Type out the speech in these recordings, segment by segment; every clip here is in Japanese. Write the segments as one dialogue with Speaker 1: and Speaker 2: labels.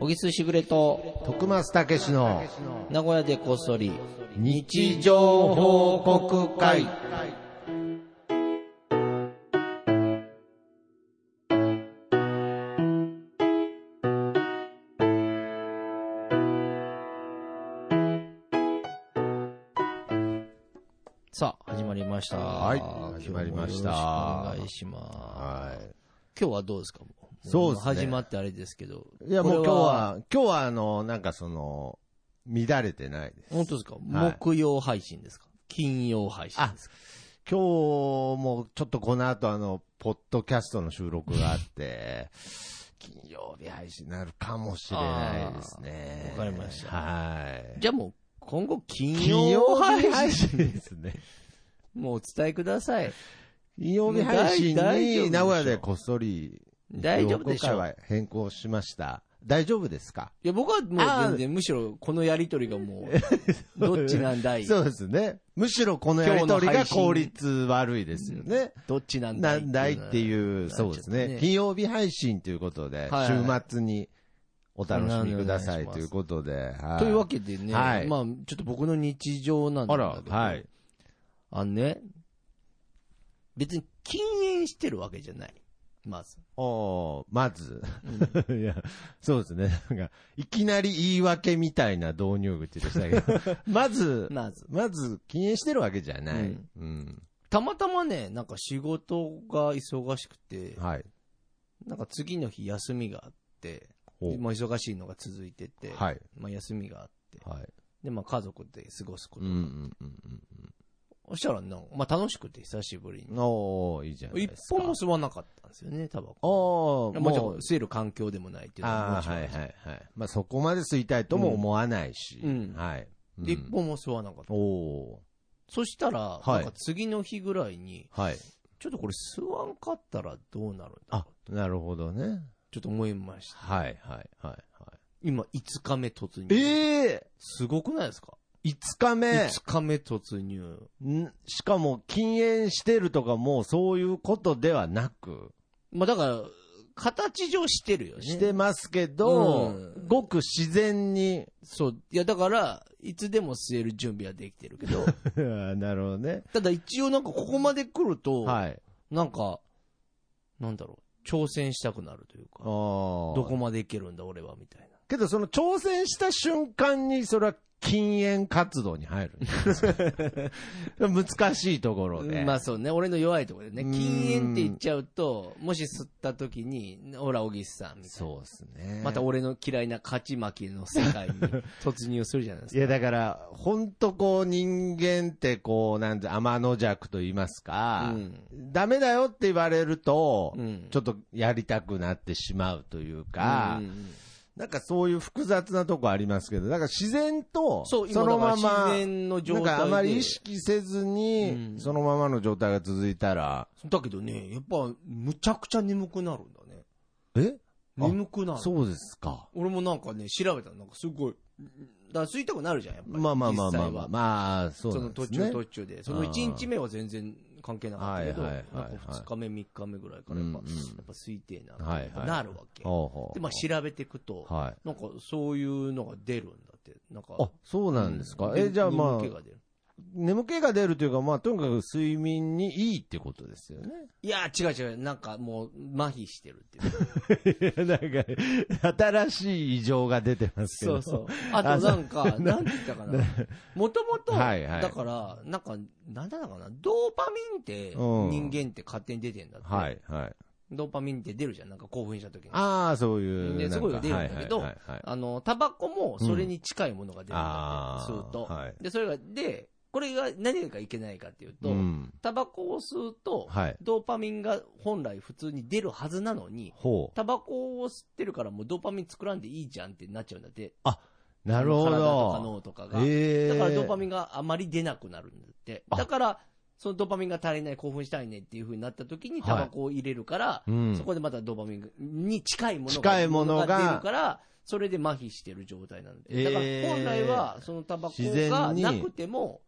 Speaker 1: 小木須しぶれと、
Speaker 2: 徳松たけしの
Speaker 1: 名古屋でこっそり、
Speaker 2: 日常報告会。
Speaker 1: さあ、始まりました。
Speaker 2: はい始まりました
Speaker 1: 今日もよろしくお願いします。
Speaker 2: は
Speaker 1: 今日はどうですかも
Speaker 2: そうですね
Speaker 1: 始まってあれですけど。
Speaker 2: い。いや、も
Speaker 1: こ
Speaker 2: う今日
Speaker 1: れ、
Speaker 2: は、今日はあの、なんかその、乱れてないです。
Speaker 1: 本当ですか、木曜配信ですか金曜配信ですか
Speaker 2: 今日もちょっとこの後あの、ポッドキャストの収録があって、金曜日配信になるかもしれないですね。
Speaker 1: あーわかりました
Speaker 2: はい。
Speaker 1: じゃあもう、今後金曜
Speaker 2: 金曜
Speaker 1: 配信
Speaker 2: 配信ですね。
Speaker 1: もうお伝えください。
Speaker 2: 金曜日配信
Speaker 1: 大丈夫でしょ
Speaker 2: に名古屋でこっそり、
Speaker 1: 大丈夫でしょ
Speaker 2: 報告会は変更しました。大丈夫ですか
Speaker 1: いや、僕はもう全然、むしろこのやりとりがも う、どっちなんだい
Speaker 2: そうですね。むしろこのやりとりが効率悪いですよね。
Speaker 1: どっちなんだ
Speaker 2: ないんだいって
Speaker 1: う
Speaker 2: いう、そうです
Speaker 1: なっちゃって
Speaker 2: ね
Speaker 1: ね。
Speaker 2: 金曜日配信ということ
Speaker 1: は
Speaker 2: で、
Speaker 1: いはい
Speaker 2: 週末にお楽しみくだ
Speaker 1: そ
Speaker 2: さ
Speaker 1: んなのお願いし
Speaker 2: い
Speaker 1: ます
Speaker 2: ということで。
Speaker 1: のは。
Speaker 2: は
Speaker 1: というわ
Speaker 2: け
Speaker 1: けでね、
Speaker 2: はい
Speaker 1: まあ、ちょっと僕の日常なんだ
Speaker 2: あ
Speaker 1: けど。
Speaker 2: ら、はい。
Speaker 1: あのね、別に禁煙してるわけじゃない。まず。
Speaker 2: おーまず、いや、そうですね。なんか、いきなり言い訳みたいな導入口でしたけど、 まず、
Speaker 1: まず。
Speaker 2: まず、禁煙してるわけじゃな
Speaker 1: う
Speaker 2: い
Speaker 1: ん。
Speaker 2: うん。
Speaker 1: たまたまね、なんか仕事が忙しくて、
Speaker 2: はい。
Speaker 1: なんか次の日休みがあって、
Speaker 2: お
Speaker 1: まあ忙しいのが続いてて、
Speaker 2: はい。
Speaker 1: まあ休みがあって、
Speaker 2: はい。
Speaker 1: で、まあ家族で過ごすこ
Speaker 2: う
Speaker 1: と
Speaker 2: んう
Speaker 1: が。
Speaker 2: んうん
Speaker 1: そしたらなんか、まあ楽しくて久しぶりに
Speaker 2: うん。。おーいいじゃない
Speaker 1: 一
Speaker 2: ですか。
Speaker 1: 本も吸わなかったんですよね、タバコ。
Speaker 2: おー
Speaker 1: もちろ
Speaker 2: も
Speaker 1: ん
Speaker 2: う
Speaker 1: 吸える環境でもないっていうのは
Speaker 2: あ
Speaker 1: もちろ
Speaker 2: あ、
Speaker 1: ん
Speaker 2: は
Speaker 1: で
Speaker 2: いは
Speaker 1: す
Speaker 2: いはい。まあそこまで吸いたいとも思わないし、
Speaker 1: うん
Speaker 2: はい。
Speaker 1: で、
Speaker 2: うん
Speaker 1: 一本も吸わなかった。
Speaker 2: おお
Speaker 1: そしたら、
Speaker 2: い
Speaker 1: なんか次の日ぐらいに、
Speaker 2: ーはい。
Speaker 1: ちょっとこれ吸わんかったらどうなるんだろ
Speaker 2: あ
Speaker 1: う、
Speaker 2: なるほどね。
Speaker 1: ちょっと思いました。
Speaker 2: はいはいはいはい。
Speaker 1: 今、5日目突入。
Speaker 2: ええ
Speaker 1: すごくないですか、
Speaker 2: ー、!5 日目
Speaker 1: ?5 日目突入。
Speaker 2: んしかも禁煙してるとかもうそういうことではなく、
Speaker 1: まあだから、形上してるよね。
Speaker 2: してますけど、
Speaker 1: うん
Speaker 2: ごく自然に。
Speaker 1: そう。いや、だから、いつでも吸える準備はできてる けど、
Speaker 2: なるほどね。
Speaker 1: ただ一応なんかここまで来ると、
Speaker 2: はい。
Speaker 1: なんか、なんだろう、挑戦したくなるという
Speaker 2: あ
Speaker 1: か、ど
Speaker 2: こ
Speaker 1: こまでいけるんだ俺は、みたいな。
Speaker 2: けどその挑戦した瞬間にそれは禁煙活動に入 るんですよ。難しいところで。
Speaker 1: まあそうね、俺の弱いところで
Speaker 2: う
Speaker 1: ね、
Speaker 2: ん
Speaker 1: 禁煙って言っちゃうと、もし吸った時に、ほら、小木さん、みたい
Speaker 2: そうですね
Speaker 1: な。。また俺の嫌いな勝ち負けの世 界に突入するじゃないです
Speaker 2: い
Speaker 1: か。
Speaker 2: や、だから、ほんとこう、人間ってこう、なんて、天の弱と言いますか、
Speaker 1: うん
Speaker 2: ダメだよって言われると、
Speaker 1: うん
Speaker 2: ちょっとやりたくなってしまうというか、
Speaker 1: うんうんうん
Speaker 2: なんかそういう複雑なとこありますけど、だから自然と、
Speaker 1: そう、今
Speaker 2: その
Speaker 1: だ
Speaker 2: ま
Speaker 1: から
Speaker 2: ま、
Speaker 1: 自然の状
Speaker 2: なん
Speaker 1: 態で。
Speaker 2: かあまり意識せずに、
Speaker 1: うん
Speaker 2: そのままの状態が続いたら、
Speaker 1: だけどね、やっぱ、むちゃくちゃ眠くなるんだね。
Speaker 2: えあ
Speaker 1: 眠くなる。
Speaker 2: そうですか。
Speaker 1: 俺もなんかね、調べたら、なんかすごい、だから吸いたくなるじゃん、やっぱり。
Speaker 2: まあまあまあまあ
Speaker 1: 実際
Speaker 2: ま
Speaker 1: は
Speaker 2: あ、まあ、そう
Speaker 1: そ
Speaker 2: な
Speaker 1: の
Speaker 2: んで
Speaker 1: 途
Speaker 2: すね
Speaker 1: 中。途中で、その1日目は全然関係なかったけど、
Speaker 2: はい
Speaker 1: や
Speaker 2: はい
Speaker 1: っ
Speaker 2: はいはい
Speaker 1: ぱ2日目、3日目ぐらいからやっぱ、
Speaker 2: うんうん
Speaker 1: やっぱ推定な、
Speaker 2: はいはい
Speaker 1: やっぱなるわけ。
Speaker 2: ほうほう
Speaker 1: で、まあ調べていくと、
Speaker 2: はい。
Speaker 1: なんかそういうのが出るんだって、なんか。
Speaker 2: あ、そうなんですか。
Speaker 1: う
Speaker 2: え、じゃあまあ
Speaker 1: 眠気、が出る
Speaker 2: 眠気が出るというか、まあ、とにかく睡眠にいいってことですよね。
Speaker 1: いや、違う違う、なんかもう、麻痺してるって いう。
Speaker 2: なんか、新しい異常が出てますけ
Speaker 1: そ
Speaker 2: ど。
Speaker 1: うそう。 あとなん か、なんて言ったかな。もともと、
Speaker 2: はいはい
Speaker 1: だから、なんか、なんだったかな、ドーパミンって、
Speaker 2: うん
Speaker 1: 人間って勝手に出てんだって。
Speaker 2: はい、はい。
Speaker 1: ドーパミンって出るじゃん、なんか興奮した時に。
Speaker 2: ああ、そういう。
Speaker 1: で
Speaker 2: なんか
Speaker 1: すごい出るんだけど
Speaker 2: はいはいはいはい
Speaker 1: あの、タバコもそれに近いものが出るんだ
Speaker 2: あ
Speaker 1: って、
Speaker 2: ー
Speaker 1: 吸うと、
Speaker 2: はい
Speaker 1: で、それが、で、これが何がいけないかっていうと、
Speaker 2: うん。
Speaker 1: タバコを吸うと、
Speaker 2: はい。
Speaker 1: ドーパミンが本来普通に出るはずなのに、
Speaker 2: ほ
Speaker 1: タバコを吸ってるからもうドーパミン作らんでいいじゃんってなっちゃうんだって。
Speaker 2: う。なるほ
Speaker 1: 体とか
Speaker 2: ど。
Speaker 1: 脳とかが。
Speaker 2: ええ。
Speaker 1: だからドーパ
Speaker 2: ン。
Speaker 1: ミンがあまり出なくなるんだって。
Speaker 2: あ
Speaker 1: だから、そのドーパミンが足りない、興奮したいねっていう風になった時に
Speaker 2: はい
Speaker 1: タバコを入れるから、
Speaker 2: うん
Speaker 1: そ。こでまたドーパミンに近いものが
Speaker 2: 近いものが
Speaker 1: 出るから、それで麻痺してる状態なんで。だから
Speaker 2: えー
Speaker 1: 本来は、そのタバコ
Speaker 2: 自然
Speaker 1: が
Speaker 2: に
Speaker 1: なくても、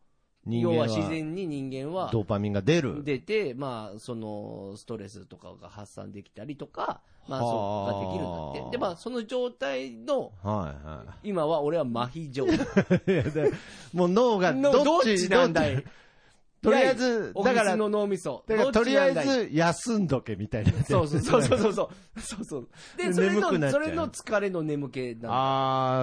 Speaker 2: 人
Speaker 1: 要
Speaker 2: 間
Speaker 1: は
Speaker 2: は
Speaker 1: 自然に人間は
Speaker 2: ドーパミンが出る。
Speaker 1: 出て、まあ、そのストレスとかが発散できたりとか、まあ、
Speaker 2: はあ
Speaker 1: そうができるんだって。で、まあ、その状態の、
Speaker 2: はいはい。
Speaker 1: 今は俺は麻痺状態。
Speaker 2: いやでもう脳が
Speaker 1: の
Speaker 2: どっち
Speaker 1: どっちなんだい
Speaker 2: どっちとりあえず、
Speaker 1: オフ
Speaker 2: だか
Speaker 1: ィ
Speaker 2: ら、
Speaker 1: スの
Speaker 2: だ
Speaker 1: 脳みそ。
Speaker 2: からとりあえ
Speaker 1: どっちなんだい、
Speaker 2: ず休んどけみたいな。
Speaker 1: そうそうそうそうそうそう。そう そう。で、それ
Speaker 2: 眠
Speaker 1: の、
Speaker 2: くなっちゃ
Speaker 1: そうれの疲れの眠気なんだ。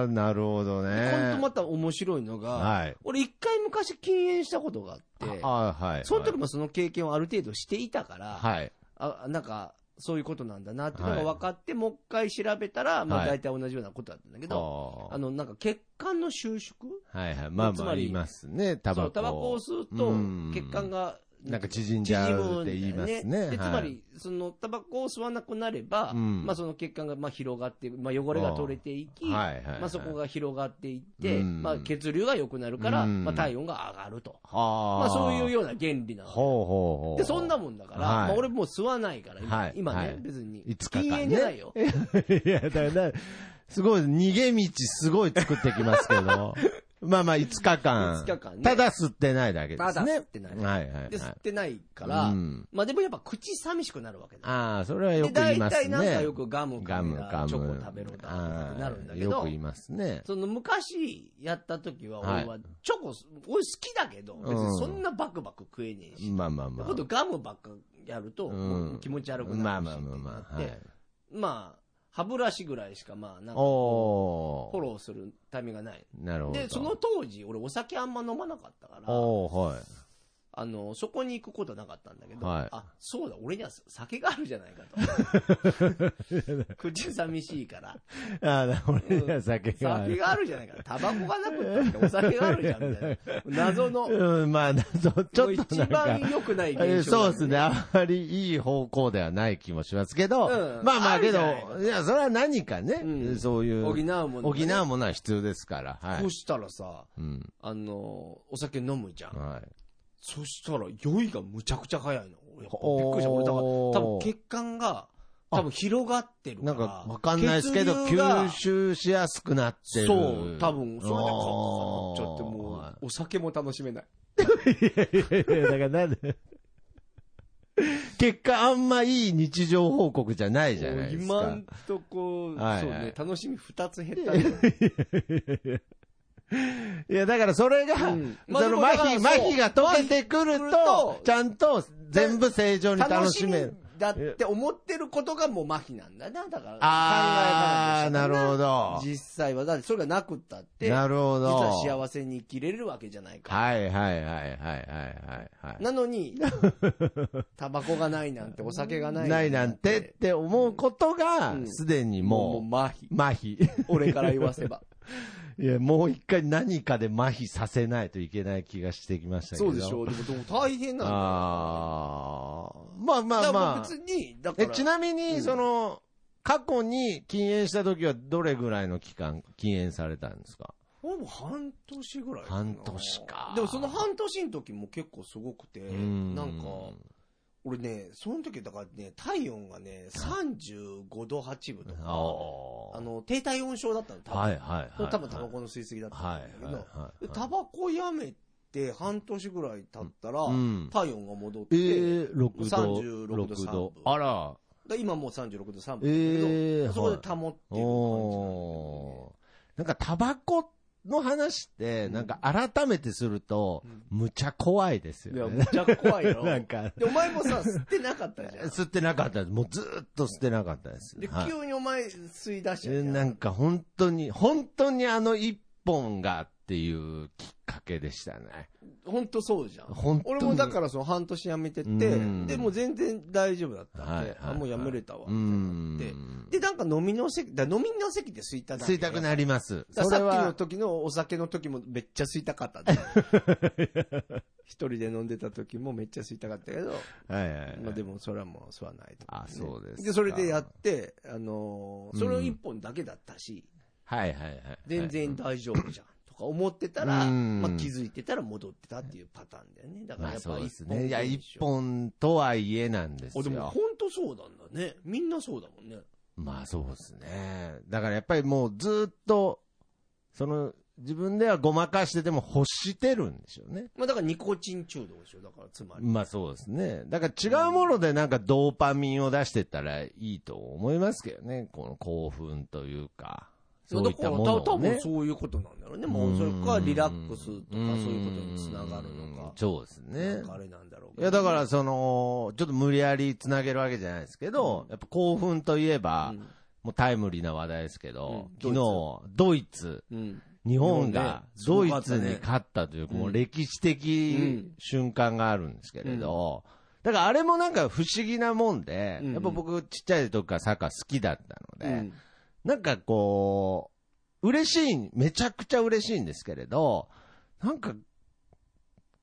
Speaker 2: あー、なるほどね。
Speaker 1: 本当また面白いのが、
Speaker 2: はい。
Speaker 1: 俺一回昔禁煙したことがあって、
Speaker 2: あーはい。
Speaker 1: その時もその経験をある程度していたから、
Speaker 2: はい。
Speaker 1: あなんか、そういうことなんだなっていうのが分かって、もう一回調べたら、まあ
Speaker 2: はい
Speaker 1: 大体同じようなことだったんだけ
Speaker 2: あ
Speaker 1: ど、あ
Speaker 2: ー
Speaker 1: の、なんか血管の収縮
Speaker 2: はいはい。まあ
Speaker 1: つ
Speaker 2: まあ、
Speaker 1: ま
Speaker 2: あ
Speaker 1: り
Speaker 2: りますね。タバ
Speaker 1: そ
Speaker 2: コ。
Speaker 1: うタバコを吸うと
Speaker 2: うん、
Speaker 1: 血管が、
Speaker 2: なんか縮んじゃうって言います
Speaker 1: 縮
Speaker 2: ね
Speaker 1: むんだよでつ
Speaker 2: はい
Speaker 1: まり、その、タバコを吸わなくなれば、
Speaker 2: うん
Speaker 1: まあその血管がまあ広がって、まあ汚れが取れていき、
Speaker 2: はいはいはい。
Speaker 1: まあそこが広がっていって、
Speaker 2: うん
Speaker 1: まあ血流が良くなるから、
Speaker 2: うん
Speaker 1: まあ体温が上がると。
Speaker 2: はあ。
Speaker 1: まあそういうような原理なの。
Speaker 2: ほうほうほう。
Speaker 1: で、そんなもんだから、
Speaker 2: はい
Speaker 1: まあ俺もう吸わないから、今,、
Speaker 2: はい
Speaker 1: 今ね、
Speaker 2: はい
Speaker 1: 別に。
Speaker 2: 5日間ね
Speaker 1: 禁煙じゃないよ。
Speaker 2: いや、だから、すごい、逃げ道すごい作ってきますけど。まあまあ、5日
Speaker 1: 5
Speaker 2: 間。
Speaker 1: 日間ね
Speaker 2: ただ吸ってないだけですね。
Speaker 1: まだ吸ってない。
Speaker 2: はいはい、はい。
Speaker 1: で、吸ってないから、
Speaker 2: うん
Speaker 1: まあでもやっぱ口寂しくなるわけだ。
Speaker 2: ああ、それはよ
Speaker 1: で、
Speaker 2: く言
Speaker 1: 大
Speaker 2: います
Speaker 1: 体
Speaker 2: ね。
Speaker 1: なんかよくガム
Speaker 2: ガ
Speaker 1: 噛
Speaker 2: ム
Speaker 1: め
Speaker 2: ガ
Speaker 1: だ、
Speaker 2: ム
Speaker 1: チョコ食べろだっ
Speaker 2: あ
Speaker 1: て
Speaker 2: あ
Speaker 1: なるんだけ
Speaker 2: よ
Speaker 1: ど
Speaker 2: く言、いますね。
Speaker 1: その昔やった時は俺
Speaker 2: は
Speaker 1: はチョコ、俺好きだけど、別にそんなバクバク食えねえし、
Speaker 2: まあまあまあ。
Speaker 1: 今度ガムばっかやると、
Speaker 2: うん
Speaker 1: もう気持ち悪く
Speaker 2: ま
Speaker 1: なる
Speaker 2: あ
Speaker 1: し
Speaker 2: まあまあまあ。
Speaker 1: っ
Speaker 2: は
Speaker 1: てなって
Speaker 2: い、
Speaker 1: まあ、歯ブラシぐらいしかまあ、なんかこう、
Speaker 2: お
Speaker 1: フォ
Speaker 2: ー。
Speaker 1: ローするタイミングがない。
Speaker 2: なるほど。
Speaker 1: で、その当時、俺お酒あんま飲まなかったから、
Speaker 2: おー、はい。
Speaker 1: あの、そこに行くことなかったんだけど、
Speaker 2: はい
Speaker 1: あ、そうだ、俺には酒があるじゃないかと。 口寂しいから。
Speaker 2: ああ、だから俺には酒があ
Speaker 1: 酒
Speaker 2: る。
Speaker 1: があるじゃないか。タバコがなくったってお酒があるじゃん、みたいな。謎の、
Speaker 2: うん、まあ、そうちょっと
Speaker 1: 一
Speaker 2: なんか
Speaker 1: 番。良くない現象だよ、
Speaker 2: えーそうですね。あまりいい方向ではない気もしますけど、
Speaker 1: うん
Speaker 2: まあま
Speaker 1: あ
Speaker 2: あ
Speaker 1: る
Speaker 2: け
Speaker 1: じ
Speaker 2: ど
Speaker 1: ゃない、
Speaker 2: いや、それは何かね、
Speaker 1: うん
Speaker 2: そういう、
Speaker 1: 補う
Speaker 2: 補
Speaker 1: ものがね、
Speaker 2: うものは必要ですから、はい
Speaker 1: そ。したらさ、
Speaker 2: うん。
Speaker 1: あの、お酒飲むじゃん。
Speaker 2: はい。
Speaker 1: そしたら、酔いがむちゃくちゃ早いの。やっぱびっくりした。俺、だから、多分血管が、多分広がってるか
Speaker 2: な
Speaker 1: ら。
Speaker 2: んか、わかんないですけど、
Speaker 1: 血流が
Speaker 2: 吸収しやすくなってる。
Speaker 1: そう、多分、それでカッとなっちゃって、
Speaker 2: あ
Speaker 1: も
Speaker 2: ー
Speaker 1: う、お酒も楽しめない。
Speaker 2: いやいや、だからな んで。結果、あんまいい日常報告じゃないじゃないです
Speaker 1: 今
Speaker 2: か
Speaker 1: ん。とこ、
Speaker 2: はい
Speaker 1: そう
Speaker 2: はい
Speaker 1: ね、楽しみ二つ減ったけど
Speaker 2: いや、だからそれが、
Speaker 1: うんまあ
Speaker 2: その
Speaker 1: でもだ
Speaker 2: 麻
Speaker 1: から
Speaker 2: 痺、
Speaker 1: そう
Speaker 2: 麻痺が解けてくる
Speaker 1: 麻痺
Speaker 2: と
Speaker 1: くると、
Speaker 2: ちゃんと全部正常に楽
Speaker 1: 楽
Speaker 2: し
Speaker 1: し
Speaker 2: め
Speaker 1: み
Speaker 2: る。
Speaker 1: だって思ってることがもう麻痺なんだな、だから。
Speaker 2: あ
Speaker 1: 考
Speaker 2: あ、
Speaker 1: え方として
Speaker 2: なるほど。
Speaker 1: 実際は、だってそれがなくったって、実
Speaker 2: なるほど。
Speaker 1: は幸せに生きれるわけじゃないか。
Speaker 2: はいはいはいはいはいはい。
Speaker 1: なの に、タバコがないなんて、お酒がない
Speaker 2: ないなんてって思うことが
Speaker 1: う、ん
Speaker 2: すでに
Speaker 1: もう、
Speaker 2: も
Speaker 1: もう麻痺。
Speaker 2: う、麻痺。
Speaker 1: 俺から言わせば。
Speaker 2: いや、もう一回何かで麻痺させないといけない気がしてきましたけ
Speaker 1: そ
Speaker 2: ど。
Speaker 1: うでしょう。でも、でも大変なんだよ。
Speaker 2: ああ。まあま
Speaker 1: だから
Speaker 2: あ
Speaker 1: も
Speaker 2: ま
Speaker 1: う
Speaker 2: あ。
Speaker 1: 別に、だか
Speaker 2: え、
Speaker 1: ら。
Speaker 2: ちなみに、
Speaker 1: うん
Speaker 2: その、過去に禁煙した時はどれぐらいの期間禁煙されたんですか
Speaker 1: 俺も半年ぐらいかな。
Speaker 2: 半年か
Speaker 1: でもその半年の時も結構すごくて、
Speaker 2: ん
Speaker 1: なんか、俺ね、その時だからね、体温がね、35度8分と
Speaker 2: あ
Speaker 1: か、
Speaker 2: あ。
Speaker 1: あ、の、低体温症だったの、多分。
Speaker 2: はいはいはい。
Speaker 1: 多分タバコの吸い過ぎだった
Speaker 2: は
Speaker 1: んだけ
Speaker 2: い
Speaker 1: ど、
Speaker 2: はいはい。
Speaker 1: でタバコやめて半年ぐらい経ったら、
Speaker 2: うん。
Speaker 1: 体温が戻って、
Speaker 2: えー、6度。
Speaker 1: 36度
Speaker 2: 6
Speaker 1: 3分
Speaker 2: あら。
Speaker 1: で今もう36度3分だけど、
Speaker 2: ええー。
Speaker 1: そこで
Speaker 2: はい
Speaker 1: 保ってる感じなんだよ
Speaker 2: おーなんかタバコの話って、なんか改めてすると、むちゃ怖いです
Speaker 1: ね。いや、
Speaker 2: よ
Speaker 1: む
Speaker 2: ね。
Speaker 1: ちゃ怖いよ。
Speaker 2: なんか、
Speaker 1: で、お前もさ、吸ってなかったじゃん。
Speaker 2: 吸ってなかったです。もうずーっと吸ってなかったです。
Speaker 1: で、
Speaker 2: はい
Speaker 1: 急にお前吸い出しちゃ
Speaker 2: え
Speaker 1: うじゃん。
Speaker 2: なんか本当に、本当にあの一本がっていうきっかけでしたね。
Speaker 1: ほんとそうじゃん。
Speaker 2: 本当に。
Speaker 1: 俺もだからその半年やめてて、
Speaker 2: うん
Speaker 1: でもう全然大丈夫だったんで、
Speaker 2: はいはいはい
Speaker 1: あもうやめれたわって
Speaker 2: う
Speaker 1: なって、
Speaker 2: ん。
Speaker 1: で、なんか飲みの席、だ飲みの席で吸いただ
Speaker 2: 吸いたく
Speaker 1: い。
Speaker 2: なります。
Speaker 1: だ
Speaker 2: そ
Speaker 1: から
Speaker 2: れ
Speaker 1: さっきの
Speaker 2: は、
Speaker 1: 時のお酒の時もめっちゃ吸いたかったん だよ。一人で飲んでた時もめっちゃ吸いたかったけど、
Speaker 2: はいはいはい
Speaker 1: まあでもそれはもう吸わないと、
Speaker 2: あそうですか
Speaker 1: で、それでやって、あのーそれを一本だけだったし、
Speaker 2: はいはいはい。
Speaker 1: 全然大丈夫じゃん。とか思ってたら、
Speaker 2: うん
Speaker 1: まあ気づいてたら戻ってたっていうパターンだよね。だからや
Speaker 2: まあ
Speaker 1: っぱ
Speaker 2: そうで
Speaker 1: 一
Speaker 2: す
Speaker 1: 本でしょ、
Speaker 2: ね。いや、一本とはいえなんです
Speaker 1: あ
Speaker 2: よ。
Speaker 1: でも本当そうなんだね。みんなそうだもんね。
Speaker 2: まあそうですね。だからやっぱりもうずっと、その自分ではごまかしてでも欲してるんでしょうね。
Speaker 1: まあだからニコチン中毒でしょ、だからつまり。
Speaker 2: まあそうですね。だから違うものでなんかドーパミンを出してったらいいと思いますけどね。この興奮というか。そういったもの
Speaker 1: だから多
Speaker 2: をね
Speaker 1: 分。そういうことなんだろうね。もうそれかリラックスとかそう
Speaker 2: うん
Speaker 1: いうことにつながるのか。
Speaker 2: そうです
Speaker 1: な
Speaker 2: ね
Speaker 1: ん。かあれなんだろうけど
Speaker 2: いやだからその、ちょっと無理やりつなげるわけじゃないですけど、やっぱ興奮といえば、
Speaker 1: うん
Speaker 2: もうタイムリーな話題ですけど、
Speaker 1: うん
Speaker 2: 昨日、ドイツ、
Speaker 1: うん。
Speaker 2: 日本が
Speaker 1: 日
Speaker 2: ド
Speaker 1: 本ね
Speaker 2: イツに勝ったという、
Speaker 1: ん
Speaker 2: もう歴史的瞬間があるんですけれど、だからあれもなんか不思議なもんで、
Speaker 1: うん
Speaker 2: やっぱ僕ちっちゃい時からサッカー好きだったので、なんかこう、嬉しい、めちゃくちゃ嬉しいんですけれど、なんか、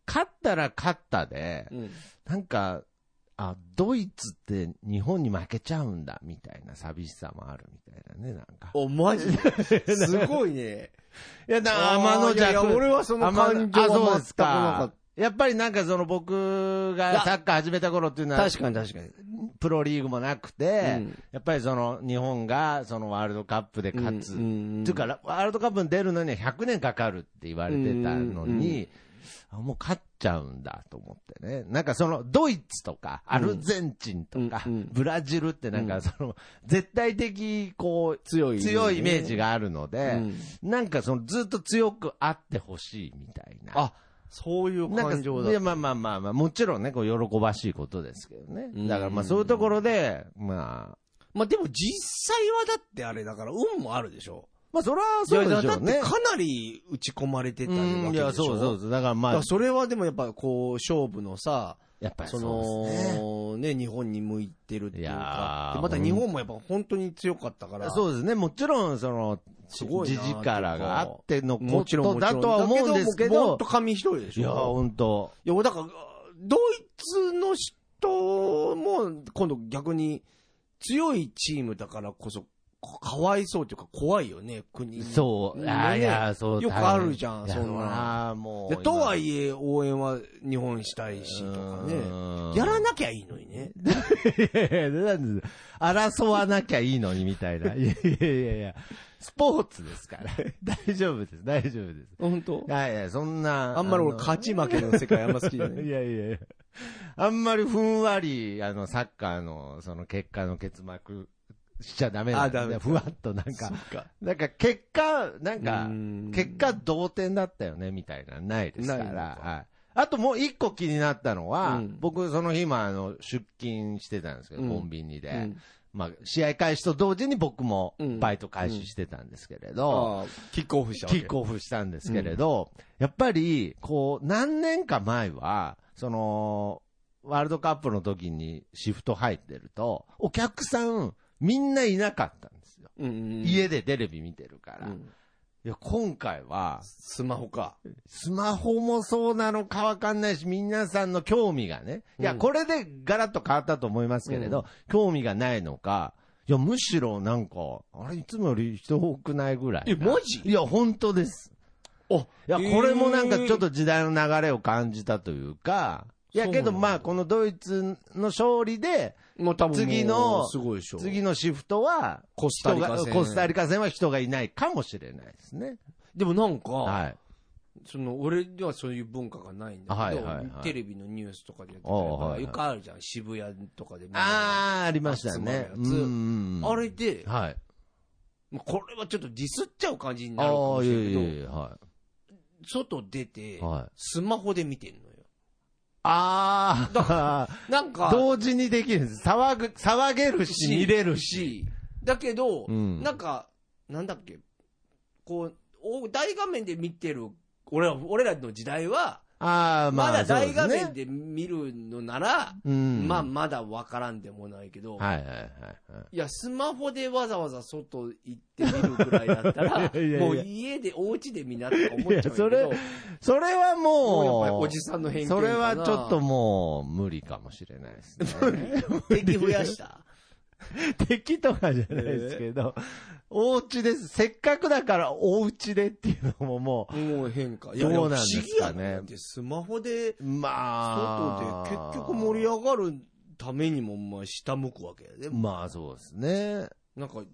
Speaker 2: 勝ったら勝ったで、
Speaker 1: うん。
Speaker 2: なんか、あ、ドイツって日本に負けちゃうんだ、みたいな寂しさもあるみたいなね、なんか。
Speaker 1: お、マジ ですごいね。
Speaker 2: いや、な、
Speaker 1: あー
Speaker 2: 天の
Speaker 1: いやい
Speaker 2: 弱。
Speaker 1: や俺はその感情
Speaker 2: あ
Speaker 1: は
Speaker 2: まあそうで
Speaker 1: 全
Speaker 2: す
Speaker 1: くなか
Speaker 2: か
Speaker 1: っ。
Speaker 2: やっぱりなんかその僕がサッカー始めた頃っていうの
Speaker 1: た。
Speaker 2: は、
Speaker 1: 確かに確かに。
Speaker 2: プロリーグもなくて、
Speaker 1: うん
Speaker 2: やっぱりその日本がそのワールドカップで勝つ。
Speaker 1: うんうんうん
Speaker 2: っていうか、ワールドカップに出るのには100年かかるって言われてたのに、あもう勝っちゃうんだと思ってね。なんかそのドイツとかアルゼンチンとか、
Speaker 1: うんうん
Speaker 2: ブラジルってなんかその絶対的こう
Speaker 1: 強い、
Speaker 2: 強いイメージ。があるので、
Speaker 1: うん
Speaker 2: なんかそのずっと強くあってほしいみたいな。
Speaker 1: あ、そういう
Speaker 2: なんか
Speaker 1: 感情だ
Speaker 2: いや。まあまあまあまあ、もちろんね、こう喜ばしいことですけどね
Speaker 1: う。ん
Speaker 2: だからまあそういうところで、まあ、
Speaker 1: まあでも実際はだってあれだから運もあるでしょ。
Speaker 2: まあそれはそうでし
Speaker 1: い
Speaker 2: ょ
Speaker 1: や
Speaker 2: う
Speaker 1: だって
Speaker 2: ね。
Speaker 1: かなり打ち込まれてたわけでし
Speaker 2: う
Speaker 1: ょ。
Speaker 2: んいや、そうそうそう。だから
Speaker 1: だか
Speaker 2: まあ
Speaker 1: ら、それはでもやっぱこう勝負のさ、
Speaker 2: やっぱり
Speaker 1: そ
Speaker 2: そうですね。
Speaker 1: のね日本に向いてるっていう
Speaker 2: い
Speaker 1: か
Speaker 2: や、ー
Speaker 1: でまた日本もやっぱ本当に強かったから、
Speaker 2: そうですね。もちろん、その、
Speaker 1: すごいな
Speaker 2: じ力があってのこ
Speaker 1: もちろんも
Speaker 2: と
Speaker 1: ち
Speaker 2: だ
Speaker 1: ろん
Speaker 2: とは思うんですけ
Speaker 1: だもうほ
Speaker 2: ど
Speaker 1: んと、紙一重で
Speaker 2: い
Speaker 1: し
Speaker 2: や、
Speaker 1: ょ。
Speaker 2: 本当
Speaker 1: いや、だからドイツの人も今度逆に強いチームだからこそかかわいそうというか怖いよね国に
Speaker 2: そう。あー
Speaker 1: ね
Speaker 2: いや、そう。
Speaker 1: よくあるじゃん
Speaker 2: いや
Speaker 1: そんな
Speaker 2: あーもう
Speaker 1: で。とはいえ応援は日本したいしとかね。
Speaker 2: ね
Speaker 1: やらなきゃいいのにね。
Speaker 2: いやいや、なんで争わなきゃいいのにみたいな。いやいやいやいや、スポーツですから。大丈夫です、大丈夫です。
Speaker 1: 本当
Speaker 2: いやいや、そんな。
Speaker 1: あんまり俺
Speaker 2: の
Speaker 1: 勝ち負けの世界あんま好きじゃない い。
Speaker 2: やいやいや。あんまりふんわり、あの、サッカーの、その結果の結膜しちゃダメなん
Speaker 1: あダメ
Speaker 2: で、ふわっとなんか、
Speaker 1: か。
Speaker 2: なんか結果、なん
Speaker 1: う
Speaker 2: か
Speaker 1: ん、
Speaker 2: 結果同点だったよね、みたいな、ないですから。
Speaker 1: ないのか
Speaker 2: はい。あともう一個気になったのは、
Speaker 1: うん
Speaker 2: 僕その日もあの、出勤してたんですけど、
Speaker 1: うん
Speaker 2: コンビニで。
Speaker 1: うん
Speaker 2: まあ、試合開始と同時に僕も
Speaker 1: うん
Speaker 2: バイト開始してたんですけれど、
Speaker 1: ああ、キックオフしたわ
Speaker 2: キ
Speaker 1: け。
Speaker 2: ックオフしたんですけれど、やっぱり、こう、何年か前は、その、ワールドカップの時にシフト入ってると、お客さん、みんないなかったんですよ。
Speaker 1: うんうんうん
Speaker 2: 家でテレビ見てるから。
Speaker 1: う
Speaker 2: い
Speaker 1: ん
Speaker 2: や、今回は、
Speaker 1: スマホか。
Speaker 2: スマホもそうなのかわかんないし、皆さんの興味がね。いや、
Speaker 1: うん
Speaker 2: これでガラッと変わったと思いますけれど、
Speaker 1: うん
Speaker 2: 興味がないのか、いや、むしろなんか、あれ、いつもより人多くないぐらいな。
Speaker 1: えマジ
Speaker 2: いや、本当です。
Speaker 1: あ、
Speaker 2: いや、これもなんかちょっと時代の流れを感じたというか、いや、
Speaker 1: そう
Speaker 2: けど
Speaker 1: なんだ
Speaker 2: まあ、このドイツの勝利で、
Speaker 1: もう多分もう
Speaker 2: 次の
Speaker 1: すごいでしょ。
Speaker 2: 次のシフトは、
Speaker 1: コスタリカ
Speaker 2: 人
Speaker 1: 戦。
Speaker 2: がコスタリカ戦は人がいないかもしれないですね。
Speaker 1: でもなんか、
Speaker 2: はい。
Speaker 1: その、俺ではそういう文化がないんだけど、
Speaker 2: はいはいはい
Speaker 1: テレビのニュースとかでやってた
Speaker 2: あ
Speaker 1: り
Speaker 2: あ
Speaker 1: とか
Speaker 2: はいはい
Speaker 1: よくあるじゃん、渋谷とかで見る
Speaker 2: あー、ありましたね。
Speaker 1: 集まるやつ
Speaker 2: ん
Speaker 1: あれで、
Speaker 2: はい。
Speaker 1: まあこれはちょっとディスっちゃう感じになるか
Speaker 2: あ
Speaker 1: も
Speaker 2: あ、い
Speaker 1: し
Speaker 2: え
Speaker 1: れない
Speaker 2: い
Speaker 1: けど、
Speaker 2: えいえ、はい。
Speaker 1: 外出て、
Speaker 2: はい
Speaker 1: スマホで見てんのよ。
Speaker 2: あ あ、
Speaker 1: なんか、
Speaker 2: 同時にできるんです。騒ぐ、騒げるし、見れるし。
Speaker 1: し、だけど、
Speaker 2: うん
Speaker 1: なんか、なんだっけ、こう、お大画面で見てる、俺ら俺らの時代は、
Speaker 2: ああ、ま
Speaker 1: まだ
Speaker 2: あ、
Speaker 1: 大画
Speaker 2: そう
Speaker 1: 面
Speaker 2: ですね。
Speaker 1: で見るのなら、
Speaker 2: うん。
Speaker 1: まあ、まだわからんでもないけど、
Speaker 2: はいはいはいはい。
Speaker 1: いや、スマホでわざわざ外行って見るぐらいだった
Speaker 2: いや
Speaker 1: ら
Speaker 2: いやいや、
Speaker 1: もう家で、お家で見なとか思っちゃうけど、
Speaker 2: いやそれそれは
Speaker 1: もうやっぱり
Speaker 2: もう、
Speaker 1: おじさんの偏見か
Speaker 2: そ
Speaker 1: な
Speaker 2: れはちょっともう、無理かもしれないです ね。
Speaker 1: 敵増やした。
Speaker 2: 敵とかじゃないですけど、お家です。せっかくだからお家でっていうのもも
Speaker 1: もう変化。い
Speaker 2: ど
Speaker 1: や、不
Speaker 2: うなん
Speaker 1: 思
Speaker 2: です
Speaker 1: 議
Speaker 2: か
Speaker 1: や
Speaker 2: ね
Speaker 1: ね。だってスマホで、
Speaker 2: う、まあ、
Speaker 1: 外で結局盛り上がるためにも、まあ、下向くわけやで。
Speaker 2: まあそうですね。
Speaker 1: なんか、
Speaker 2: い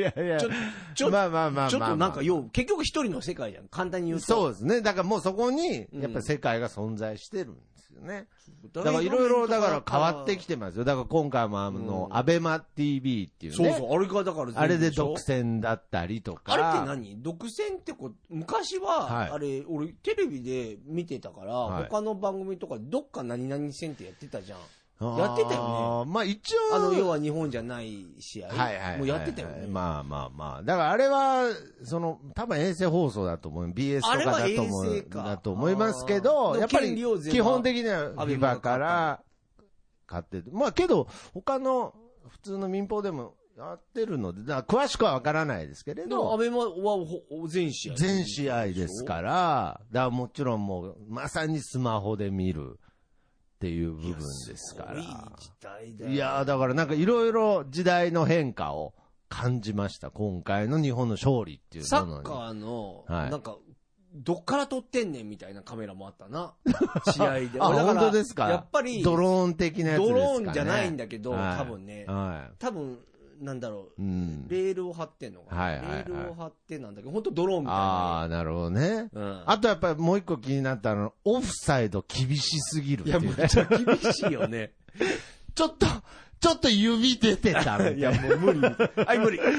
Speaker 2: やいや
Speaker 1: ちょちょ
Speaker 2: まあまあまあまあまあ
Speaker 1: ちょっとなんか、よう、結局一人の世界じゃん。簡単に言うと。
Speaker 2: そうですね。だからもうそこに、
Speaker 1: うん
Speaker 2: やっぱり世界が存在してるんですよね。
Speaker 1: う。
Speaker 2: だからいろいろ、だから変わってきてますよ。だから今回もあの、アベマ TV っていうね。
Speaker 1: そうそう、あれがだから全部しょ、
Speaker 2: あれで独占だったりとか。
Speaker 1: あれって何独占ってこ昔
Speaker 2: はい
Speaker 1: は、あれ、俺、テレビで見てたから、
Speaker 2: はい
Speaker 1: 他の番組とか、どっか何々戦ってやってたじゃん。
Speaker 2: あー
Speaker 1: やってたよ
Speaker 2: まあ一応。
Speaker 1: あの、要は日本じゃない試合。
Speaker 2: はいはいはいはい
Speaker 1: もうやってたよね。
Speaker 2: まあまあまあ。だからあれは、その、多分衛星放送だと思う。BS とかだと思
Speaker 1: あれは衛
Speaker 2: う。
Speaker 1: 星か
Speaker 2: だと思いますけど、
Speaker 1: あー
Speaker 2: やっぱ
Speaker 1: 権
Speaker 2: り
Speaker 1: 利を全部
Speaker 2: 基本的には
Speaker 1: アベ
Speaker 2: v
Speaker 1: マが
Speaker 2: i から買ってて。まあけど、他の普通の民放でもやってるので、だから詳しくはわからないですけれ
Speaker 1: でも、ア
Speaker 2: ど、
Speaker 1: ベマはほ全試合。
Speaker 2: 全試合です
Speaker 1: ら。
Speaker 2: から、だからもちろんもう、まさにスマホで見るっていう部分ですから。
Speaker 1: いい時代だよ
Speaker 2: いやー、だからなんかいろいろ時代の変化を感じました。今回の日本の勝利っていう
Speaker 1: サ
Speaker 2: もの
Speaker 1: ッ
Speaker 2: に
Speaker 1: カーの、
Speaker 2: はい
Speaker 1: なんか、どっから撮ってんねんみたいなカメラもあった な。試合で。
Speaker 2: あ、
Speaker 1: だら
Speaker 2: 本当ですか
Speaker 1: やっぱり、
Speaker 2: ド
Speaker 1: ドロ
Speaker 2: ローン的なやつですか、ね。
Speaker 1: ーンじゃないんだけど、
Speaker 2: はい
Speaker 1: 多分ね、
Speaker 2: は
Speaker 1: 多分、なんだろ
Speaker 2: い。
Speaker 1: う、
Speaker 2: うん。
Speaker 1: レールを張ってんのかな、
Speaker 2: はいはいはい
Speaker 1: レールを張ってなんだけど、本当ドローンみたい
Speaker 2: あ
Speaker 1: な。
Speaker 2: あ、なるほどね。
Speaker 1: うん、
Speaker 2: あとやっぱりもう一個気になったのは、オフサイド厳しすぎるっ
Speaker 1: い
Speaker 2: てい
Speaker 1: や、
Speaker 2: うね
Speaker 1: むっちゃ厳しいよね。
Speaker 2: ちょっと、ちょっと指出てたみ
Speaker 1: い
Speaker 2: た
Speaker 1: や、
Speaker 2: い
Speaker 1: も
Speaker 2: な。
Speaker 1: う無理。はい、無理。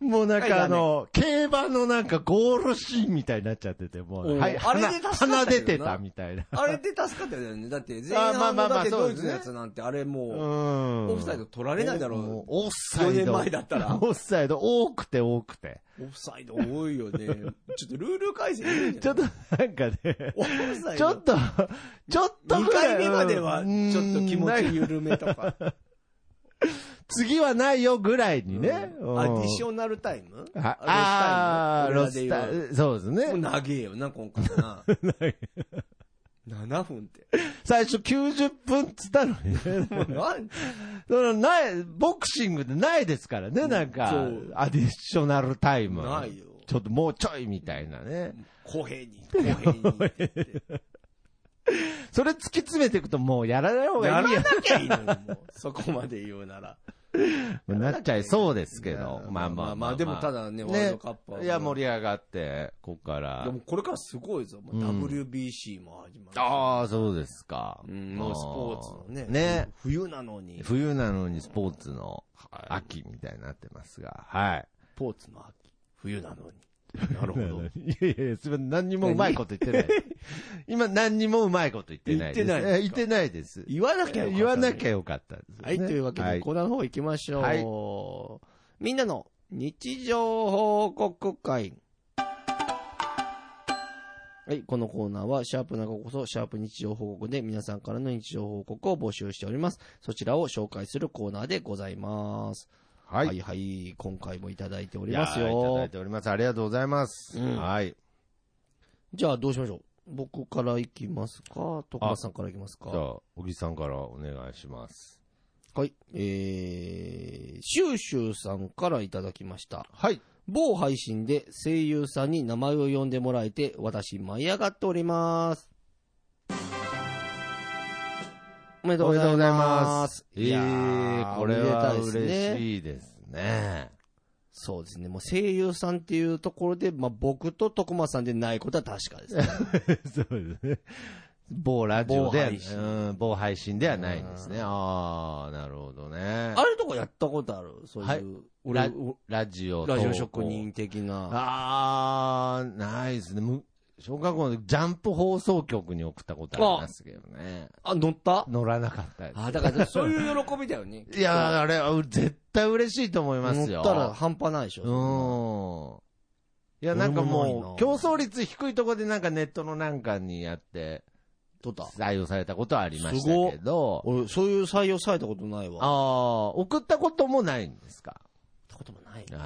Speaker 2: もうなん
Speaker 1: はい
Speaker 2: かあの、競馬のなんかゴールシーンみたいになっちゃってて、もう、
Speaker 1: うん
Speaker 2: はい、
Speaker 1: あれで
Speaker 2: 鼻
Speaker 1: 助かったけどな
Speaker 2: 鼻出てたみたいな。
Speaker 1: あれで助かったよね。だって、前
Speaker 2: あーまあ
Speaker 1: 半
Speaker 2: まあ
Speaker 1: の
Speaker 2: ま
Speaker 1: だ
Speaker 2: あ
Speaker 1: って
Speaker 2: そう
Speaker 1: ド
Speaker 2: で
Speaker 1: イ
Speaker 2: す
Speaker 1: ツ
Speaker 2: ね
Speaker 1: のやつなんて、あれ
Speaker 2: う
Speaker 1: もう、
Speaker 2: ん。
Speaker 1: オフサイド取られないだ
Speaker 2: もう
Speaker 1: ろ
Speaker 2: オフサイド。
Speaker 1: 4年前だったら
Speaker 2: オフサイド多くて多くて。
Speaker 1: う。オフサイド多いよね。ちょっとルール改正いいんじゃない
Speaker 2: ちょっとなんかね、
Speaker 1: オフサイ
Speaker 2: ちょ
Speaker 1: ド
Speaker 2: っと、ちょっと
Speaker 1: 2
Speaker 2: ぐらい
Speaker 1: 回目まではちょっと気持
Speaker 2: うん
Speaker 1: ち
Speaker 2: なんか
Speaker 1: 緩めとか。
Speaker 2: 次はないよぐらいにね。うん
Speaker 1: アディショナルタイム
Speaker 2: はあー、ロ
Speaker 1: ロ
Speaker 2: ス
Speaker 1: ス
Speaker 2: タ
Speaker 1: タイム俺らで言う
Speaker 2: イム。そうです
Speaker 1: もう
Speaker 2: ね。
Speaker 1: 長えよな、今回な。7分って。
Speaker 2: 最初90分っつったのにね。
Speaker 1: もうなん
Speaker 2: そのない、ボクシングでないですからね、なん
Speaker 1: そ
Speaker 2: か
Speaker 1: う、
Speaker 2: アディショナルタイム。
Speaker 1: ないよ
Speaker 2: ちょっともうちょいみたいなね。
Speaker 1: 公平に、 公平に。
Speaker 2: それ突き詰めていくともうやらない方がいい
Speaker 1: や
Speaker 2: よ
Speaker 1: らなきゃいいのよ、もう。そこまで言うなら。
Speaker 2: なっちゃいそうですけど、
Speaker 1: うん
Speaker 2: まあまあまあ、
Speaker 1: まあでもただねワールドカップはい
Speaker 2: や、盛り上がって、ここか
Speaker 1: で
Speaker 2: ら
Speaker 1: も。これからすごいぞ。もう
Speaker 2: うん
Speaker 1: WBC も始まる。
Speaker 2: ああ、そうですか。
Speaker 1: うん、もうスポーツのね。
Speaker 2: ね。
Speaker 1: 冬なのに。
Speaker 2: 冬なのにスポーツの
Speaker 1: はい
Speaker 2: 秋みたいになってますが、はい。
Speaker 1: スポーツの秋。冬なのに。 なるほど。
Speaker 2: いやいやいや、すみません、何にもうまいこと言ってない。 今、何にもうまいこと言ってないです。
Speaker 1: 言ってない
Speaker 2: え言ってないです。
Speaker 1: 言わなきゃよかったね
Speaker 2: 言わなきゃよかったですね。
Speaker 1: はい、というわけ
Speaker 2: は
Speaker 1: で、
Speaker 2: い
Speaker 1: コーナーの方行きましょう。
Speaker 2: はい
Speaker 1: みんなの日常報告会。はい、このコーナーは、シャープなここそ、シャープ日常報告で皆さんからの日常報告を募集しております。そちらを紹介するコーナーでございます。
Speaker 2: はい。
Speaker 1: はい、はい今回もいただいております
Speaker 2: いやーいただ
Speaker 1: よ
Speaker 2: い。ております。ありがとうございます。
Speaker 1: うん
Speaker 2: はい。
Speaker 1: じゃあ、どうしましょう。僕から行きますか徳間さんから行きます
Speaker 2: じ
Speaker 1: か
Speaker 2: ゃあ、小木さんからお願いします。
Speaker 1: はい。えー、シューシューさんからいただきました。
Speaker 2: はい。
Speaker 1: 某配信で声優さんに名前を呼んでもらえて、私舞い上がっております。おめでとうご
Speaker 2: おめで
Speaker 1: ざ
Speaker 2: とう
Speaker 1: い
Speaker 2: ござい
Speaker 1: ま
Speaker 2: ますす。。ええー、これは嬉
Speaker 1: い。
Speaker 2: しいです ね。
Speaker 1: そうですね。もう声優さんっていうところで、まあ僕と徳間さんでないことは確かです ね。
Speaker 2: そうですね。某ラジオでは、
Speaker 1: 某配信
Speaker 2: うん、某配信ではないんですね。ああ、なるほどね
Speaker 1: あ。れとかやったことあるそういう、
Speaker 2: はい
Speaker 1: 俺
Speaker 2: ラ
Speaker 1: お
Speaker 2: ラジオ。
Speaker 1: ラジオ職。人的な。
Speaker 2: ああ、ないですね。む小学校の時ジャンプ放送局に送ったことありますけどね。
Speaker 1: あ、乗った
Speaker 2: 乗らなかったです
Speaker 1: あ、だからそういう喜びだよね。
Speaker 2: いや、あれ、あ絶対嬉しいと思います
Speaker 1: 乗
Speaker 2: よ。
Speaker 1: ったら半端ないでし
Speaker 2: う
Speaker 1: ょ。
Speaker 2: ん。いや、なんか
Speaker 1: 俺もない
Speaker 2: も
Speaker 1: な
Speaker 2: う、競争率低いとこでなんかネットのなんかにやって、
Speaker 1: 取った。
Speaker 2: 採用されたことはありましたけど、
Speaker 1: 俺、そういう採用されたことないわ。
Speaker 2: ああ、送ったこともないんですか。
Speaker 1: ったこともないな。
Speaker 2: あ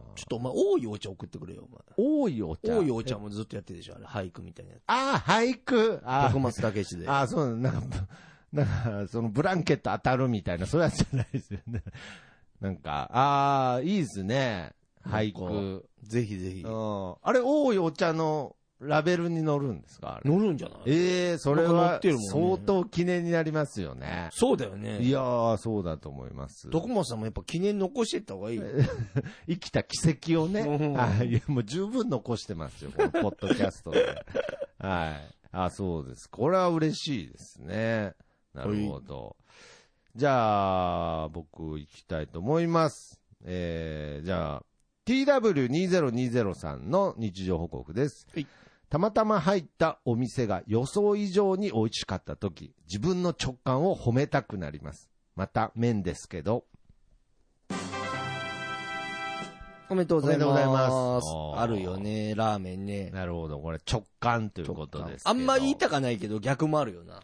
Speaker 2: あ
Speaker 1: ちょっとお前、多いお茶送ってくれよ、
Speaker 2: 多いお
Speaker 1: お
Speaker 2: 茶。
Speaker 1: 前。多いお茶もずっとやってるでしょ、あれ、俳句みたいなやつ。
Speaker 2: ああ、俳句。あ
Speaker 1: 徳松武史で
Speaker 2: あ、。ああそうなんか、 なんか、そのブランケット当たるみたいな、そういうやつじゃないですよね。 なんか、ああ、いいですね。俳句。
Speaker 1: ぜひぜひ。
Speaker 2: うんあれ、多いお茶のラベルに乗るんですかあれ
Speaker 1: 乗るんじゃない
Speaker 2: ええそれ
Speaker 1: なんか乗
Speaker 2: は
Speaker 1: ってるもんね
Speaker 2: 相当記念になりますよね。
Speaker 1: そうだよね。
Speaker 2: いやー、そうだと思います。
Speaker 1: 徳本さんもやっぱ記念残してった方がいいよ。
Speaker 2: 生きた軌跡をね、
Speaker 1: うん
Speaker 2: はい、いやもう十分残してますよ、このポッドキャストで。はい。あ、そうです。これは嬉しいですね。なるほど。じゃあ、僕行きたいと思います。えー、じゃあ、TW2020 さんの日常報告です。
Speaker 1: はい
Speaker 2: たまたま入ったお店が予想以上に美味しかった時、自分の直感を褒めたくなります。また麺ですけど、
Speaker 1: おめでとうございます。
Speaker 2: おめでとうございます
Speaker 1: あるよね、ラーメンね。
Speaker 2: なるほど、これ直感ということですけど。
Speaker 1: あんま言いたかないけど逆もあるよな。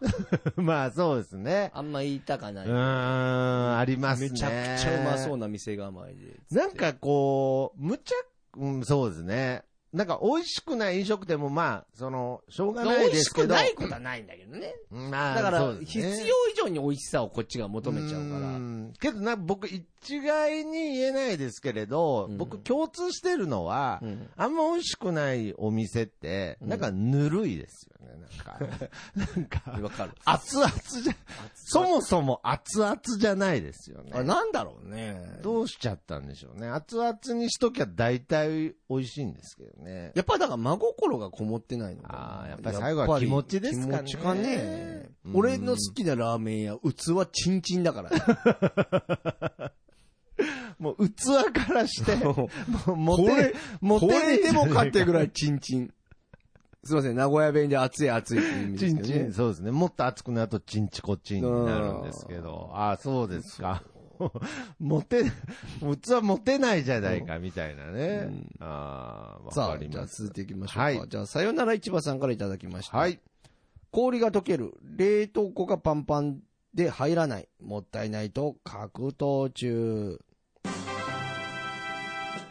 Speaker 2: まあそうですね。
Speaker 1: あんま言いたかな
Speaker 2: う
Speaker 1: い。
Speaker 2: ーん、ありますね。
Speaker 1: めちゃくちゃうまそうな店構えで。
Speaker 2: なんかこう、むちゃ、うん、そうですね。なんか美味しくない飲食店もまあ、その、しょうがな
Speaker 1: 美
Speaker 2: いで
Speaker 1: 味し
Speaker 2: すけ
Speaker 1: く
Speaker 2: ど。
Speaker 1: ないことはないんだけどね。
Speaker 2: まあ
Speaker 1: だから
Speaker 2: そう、です
Speaker 1: 必要
Speaker 2: ね
Speaker 1: 以上に美味しさをこっちが求めちゃうから。
Speaker 2: んけどな、僕一概に言えないですけれど、
Speaker 1: うん
Speaker 2: 僕共通してるのは、
Speaker 1: うん
Speaker 2: あんま美味しくないお店って、なんかぬるいですよね、なんか。なんか、
Speaker 1: わかる。
Speaker 2: 熱々じゃ、そもそも熱々じゃないですよね。
Speaker 1: あ、なんだろうね。
Speaker 2: どうしちゃったんでしょうね。熱々にしときゃ大体美味しいんですけどね。
Speaker 1: やっぱだから真心がこもってないのかな
Speaker 2: あーやっぱり最後は気持ちですか
Speaker 1: 気
Speaker 2: ね
Speaker 1: 持ちかね
Speaker 2: う。ん
Speaker 1: 俺の好きなラーメン屋、器チンチンだからね。
Speaker 2: もう器から して、もうモ
Speaker 1: こ
Speaker 2: テ
Speaker 1: れ、
Speaker 2: モ
Speaker 1: これ
Speaker 2: テ
Speaker 1: でもかってぐ
Speaker 2: い。
Speaker 1: らいチンチン。すいません、名古屋弁で熱い熱いって意味で
Speaker 2: チ
Speaker 1: す
Speaker 2: ン
Speaker 1: けど
Speaker 2: チ
Speaker 1: ね
Speaker 2: ン、そうですね。もっと熱くなるとチンチコチンになるんですけど。ああ、そうですか。 モテ、器モテないじゃないか、みたいなね。
Speaker 1: うん
Speaker 2: ああ、わ
Speaker 1: さ
Speaker 2: か
Speaker 1: あ、
Speaker 2: り
Speaker 1: じゃあ
Speaker 2: ます。
Speaker 1: 続いていきましょうか。
Speaker 2: はい
Speaker 1: じゃあ、さよなら市場さんからいただきました。
Speaker 2: はい。
Speaker 1: 氷が溶ける。冷凍庫がパンパンで入らない。もったいないと格闘中。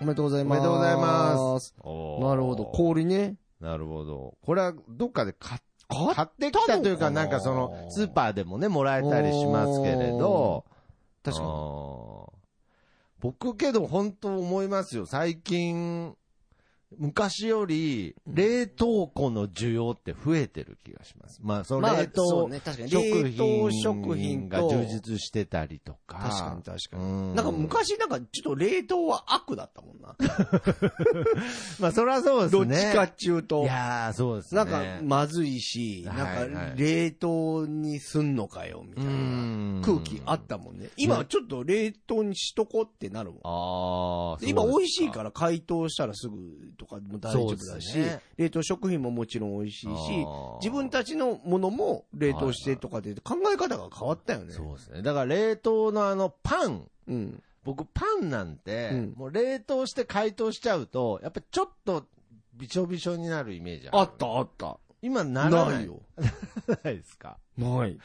Speaker 1: おめでとうございます。。
Speaker 2: おめでとうございますおー
Speaker 1: なるほど。氷ね。
Speaker 2: なるほど。これはどっかで買っ
Speaker 1: 買
Speaker 2: 買ってきたという
Speaker 1: 買ったのか
Speaker 2: か、
Speaker 1: な
Speaker 2: なんかその、スーパーでもね、もらえたりしますけれど、
Speaker 1: 確か
Speaker 2: あ
Speaker 1: に。
Speaker 2: ー僕けど本当思いますよ。最近、昔より、冷凍庫の需要って増えてる気がします。まあ、その
Speaker 1: まあ
Speaker 2: 冷
Speaker 1: そう
Speaker 2: 凍
Speaker 1: ね、確かに。
Speaker 2: 食
Speaker 1: 冷凍食
Speaker 2: 品
Speaker 1: 品
Speaker 2: が
Speaker 1: と
Speaker 2: 充実してたりとか。
Speaker 1: 確かに確かに。
Speaker 2: に
Speaker 1: なんか、昔なんかちょっと冷凍は悪だったもんな。
Speaker 2: まあ、それはそうです
Speaker 1: ど
Speaker 2: ね
Speaker 1: っ。ちかっちゅうと
Speaker 2: い。やー、そうですね。
Speaker 1: なんか、まずいし、
Speaker 2: はいはい
Speaker 1: なんか、冷凍にすんのかよ、みたいな空気あったもんね。今、ちょっと冷凍にしとこうってなるもん。
Speaker 2: ああ、
Speaker 1: で今、美味しい
Speaker 2: ら
Speaker 1: から解凍したらすぐとかも大丈夫だし、
Speaker 2: そうですね
Speaker 1: 冷凍食品ももちろん美味しいし、
Speaker 2: あー
Speaker 1: 自分たちのものも冷凍してとかで考え方が変わったよね。
Speaker 2: そうですね。だから冷凍のあのパン、
Speaker 1: うん。
Speaker 2: 僕パンなんて、
Speaker 1: うん
Speaker 2: もう冷凍して解凍しちゃうと、やっぱちょっとびしょびしょになるイメージある。
Speaker 1: あったあった。
Speaker 2: 今な
Speaker 1: な
Speaker 2: らない
Speaker 1: い。よ。
Speaker 2: ないですか。
Speaker 1: ない。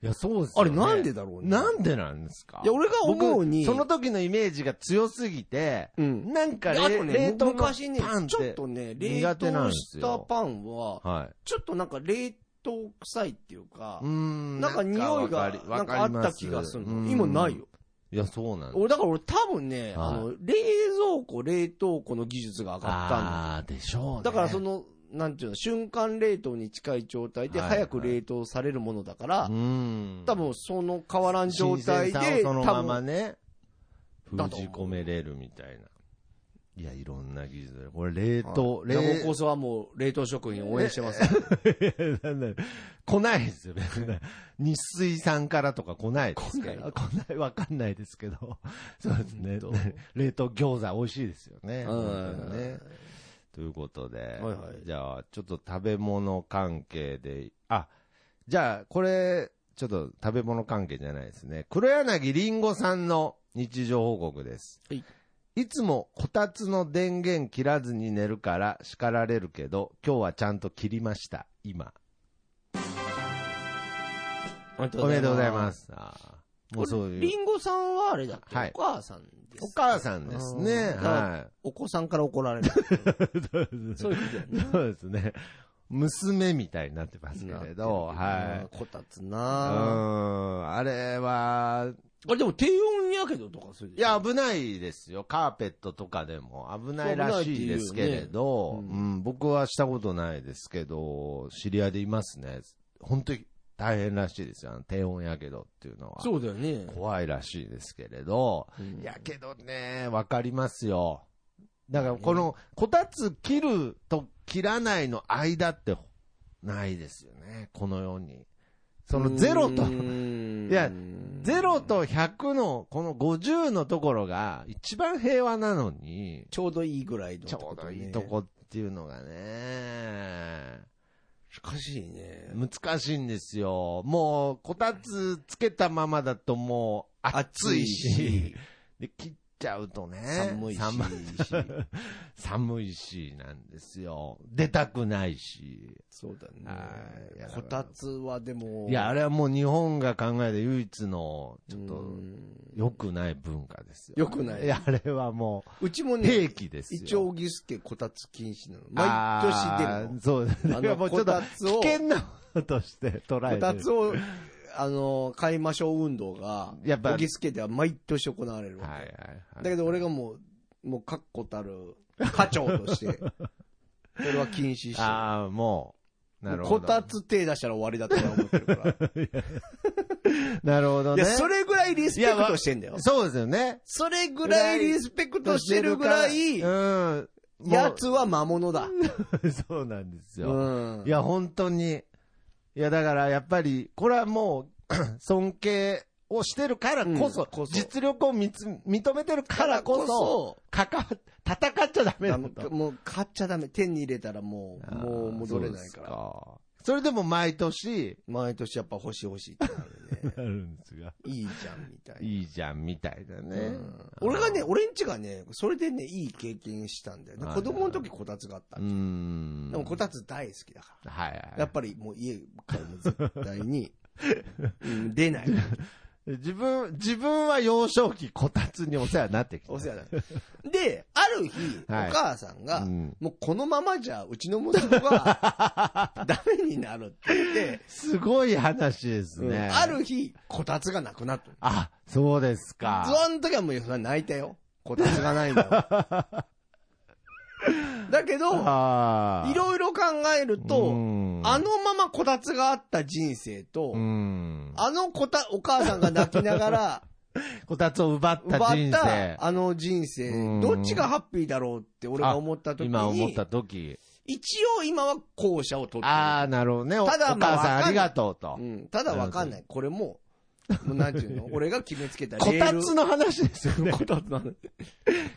Speaker 2: いや、そうです
Speaker 1: あ
Speaker 2: よ
Speaker 1: れ
Speaker 2: ね。
Speaker 1: なんでだろうね。
Speaker 2: なんでなんですか
Speaker 1: いや、俺が思うに、
Speaker 2: 僕その時のイメージが強すぎて、
Speaker 1: うん。
Speaker 2: なんか
Speaker 1: で
Speaker 2: れ
Speaker 1: あとね、
Speaker 2: 冷凍のパンっ
Speaker 1: 昔
Speaker 2: て
Speaker 1: ね、ちょっとね、冷
Speaker 2: 苦手なん
Speaker 1: 凍
Speaker 2: で
Speaker 1: し
Speaker 2: す
Speaker 1: た
Speaker 2: よ
Speaker 1: パンは、
Speaker 2: はい。
Speaker 1: ちょっとなんか冷凍臭いっていうか
Speaker 2: うー、ん
Speaker 1: なんか匂いが
Speaker 2: わかり
Speaker 1: なんかあ
Speaker 2: わり
Speaker 1: っ
Speaker 2: ま
Speaker 1: た気がする
Speaker 2: う
Speaker 1: の。
Speaker 2: ん
Speaker 1: 今ないよ。
Speaker 2: いや、そうなんです。
Speaker 1: 俺、だから俺多分ね、
Speaker 2: はい
Speaker 1: あの、冷蔵庫、冷凍庫の技術が上がったんだ。
Speaker 2: あーでしょうね。
Speaker 1: だからその、なんていうの、瞬間冷凍に近い状態で
Speaker 2: はい
Speaker 1: 早く冷凍されるものだから
Speaker 2: う、ん、
Speaker 1: 多分その変わらん状態
Speaker 2: 新鮮さ
Speaker 1: で、
Speaker 2: をそのま
Speaker 1: 多
Speaker 2: ま
Speaker 1: 分、
Speaker 2: ね、封
Speaker 1: だと
Speaker 2: じ込めれるみたいな。いや、いろんな技術だよ。これ、冷凍、
Speaker 1: だから僕こ
Speaker 2: 冷
Speaker 1: そはもう冷凍食品応援して ます。
Speaker 2: 凍、 なんだよ来ないで すよね。日水さんからとか来ないですから。
Speaker 1: 来ない
Speaker 2: 来ない、わかんないですけど。そうですね。冷凍餃子美味しいですよね。
Speaker 1: うん
Speaker 2: 本当にねということで、
Speaker 1: いはい
Speaker 2: じゃあ、ちょっと食べ物関係で、あ、じゃあ、これ、ちょっと食べ物関係じゃないですね。黒柳りんごさんの日常報告です。
Speaker 1: はい。
Speaker 2: いつもこたつの電源切らずに寝るから叱られるけど、今日はちゃんと切りました、今。
Speaker 1: おめで
Speaker 2: おめでとうございま。す。あーもうそうい
Speaker 1: リ
Speaker 2: う。
Speaker 1: ンゴさんはあれだっけ、
Speaker 2: はい
Speaker 1: お母さんです。
Speaker 2: お母さんですね。
Speaker 1: うん
Speaker 2: は
Speaker 1: お子さんから怒られる。
Speaker 2: い。
Speaker 1: そういうことだよね。
Speaker 2: そうですね。娘みたいになってますけれど、
Speaker 1: なってる
Speaker 2: はい
Speaker 1: け。どなこたつ
Speaker 2: うー
Speaker 1: なぁ
Speaker 2: んあれは、
Speaker 1: あれでも低温やけどとかする
Speaker 2: いや、危ないですよ。カーペットとかでも危ないらしいですけれど、
Speaker 1: そう危
Speaker 2: う
Speaker 1: ないっていうよね
Speaker 2: ん、僕はしたことないですけど、知り合いでいますね。本当に大変らしいですよ。あの低温やけどっていうのは。
Speaker 1: そうだよね。
Speaker 2: 怖いらしいですけれど、
Speaker 1: うん
Speaker 2: いやけどね、わかりますよ。だからこの、こたつ切ると切らないの間ってないですよね、この世に。そのゼロと、
Speaker 1: い
Speaker 2: いや、ゼロと100の、この50のところが一番平和なのに、
Speaker 1: ちょうどいいぐらいの
Speaker 2: ち
Speaker 1: と
Speaker 2: ょ
Speaker 1: こ
Speaker 2: う
Speaker 1: と
Speaker 2: ど
Speaker 1: ね、
Speaker 2: いいとこっていうのがね、
Speaker 1: 難しいね。
Speaker 2: 難しいんですよ。もう、こたつつけたままだともう暑いし、で、切っちゃうとね、
Speaker 1: 寒いし、
Speaker 2: 寒 寒いしなんですよ。出たくないし。
Speaker 1: そうだ
Speaker 2: はいい
Speaker 1: ね
Speaker 2: や。
Speaker 1: こたつはでも、
Speaker 2: いや、あ
Speaker 1: れ、
Speaker 2: れはもう日本が考えて唯一の、ちょっと、良くない文化ですよ。
Speaker 1: 良くない
Speaker 2: いや、あれはも
Speaker 1: うちも
Speaker 2: う、
Speaker 1: ね
Speaker 2: 兵、器ですよ。
Speaker 1: 一応、ギスケこたつ禁止なの。毎年出るの。
Speaker 2: そうです。
Speaker 1: あ
Speaker 2: だからも
Speaker 1: の、
Speaker 2: うちょ
Speaker 1: こ
Speaker 2: っと、
Speaker 1: たつを、
Speaker 2: 危険なものとして捉えて
Speaker 1: こ
Speaker 2: る。
Speaker 1: たつを、あの、買いましょう運動が、
Speaker 2: やっぱ
Speaker 1: 小木助では毎年行われるわ
Speaker 2: は
Speaker 1: け
Speaker 2: いはいはい。
Speaker 1: だけど俺がもう、もう確固たる、課長と して、それは禁止して。
Speaker 2: ああ、もう。なるほど。
Speaker 1: こたつ手出したら終わりだと俺は思って るか
Speaker 2: なるほど
Speaker 1: ら。い
Speaker 2: ね。
Speaker 1: や、それぐらいリスペクトしてんだよ。
Speaker 2: そうですよね。
Speaker 1: それぐらいリスペクトしてるぐらい、
Speaker 2: うん。もう
Speaker 1: やつは魔物だ。
Speaker 2: そうなんです
Speaker 1: う
Speaker 2: よ。
Speaker 1: ん。
Speaker 2: いや、本当に。いや、だから、やっぱり、これはもう、 尊敬をしてるからこそ、
Speaker 1: うんこそ
Speaker 2: 実力をみつ認めてるからこそ、関わ、戦っちゃダメ
Speaker 1: あ
Speaker 2: な
Speaker 1: の
Speaker 2: んだと。
Speaker 1: もう買っちゃダメ。手に入れたらもう、もう戻れないから。
Speaker 2: ら。それでも毎年、
Speaker 1: 毎年やっぱ欲しい欲しいってなる ね。
Speaker 2: なるんですが。
Speaker 1: いいじゃん、みたいな。
Speaker 2: いいじゃん、みたいなね。
Speaker 1: うん俺がね、俺んちがね、それでね、いい経験したんだよね。
Speaker 2: はい
Speaker 1: 子供の時こたつがあった
Speaker 2: う
Speaker 1: の。
Speaker 2: ん。
Speaker 1: でもこたつ大好きだか
Speaker 2: はいはい
Speaker 1: ら。やっぱりもう家からも絶対 に、うん出ない。
Speaker 2: 自分、自分は幼少期こたつにお世話になってきた。
Speaker 1: お世話になる。で、ある日、お
Speaker 2: はい
Speaker 1: 母さんが、
Speaker 2: うん
Speaker 1: もうこのままじゃうちの息子が ダメになるって言って、
Speaker 2: すごい話です
Speaker 1: うん
Speaker 2: ね。
Speaker 1: ある日、こたつがなくなった。
Speaker 2: あ、そうですか。
Speaker 1: その時はもうそれは泣いたよ。こたつがないん だよ。だけど、
Speaker 2: ああ。
Speaker 1: いろいろ考える
Speaker 2: う
Speaker 1: と、
Speaker 2: ん
Speaker 1: あ、のままこたつがあった人生と、
Speaker 2: うん。
Speaker 1: あのこた、お母さんが泣きながら、
Speaker 2: こたつを奪 った
Speaker 1: 奪
Speaker 2: 人
Speaker 1: った
Speaker 2: 生。
Speaker 1: あの人生
Speaker 2: うん、
Speaker 1: どっちがハッピーだろうって俺が思った時
Speaker 2: 今思っ
Speaker 1: に、
Speaker 2: た時。
Speaker 1: 一応今は後者を取ってる。
Speaker 2: ああ、なるほどね。お
Speaker 1: ただ
Speaker 2: お
Speaker 1: まあ
Speaker 2: 母さ
Speaker 1: わ
Speaker 2: ん
Speaker 1: かん
Speaker 2: ありがとうと
Speaker 1: う。ん、ただわかんない。これも、もうなんていう の俺が決めつけた
Speaker 2: こ
Speaker 1: レー
Speaker 2: た
Speaker 1: ル。
Speaker 2: つの話ですよ ね。
Speaker 1: こたつなの。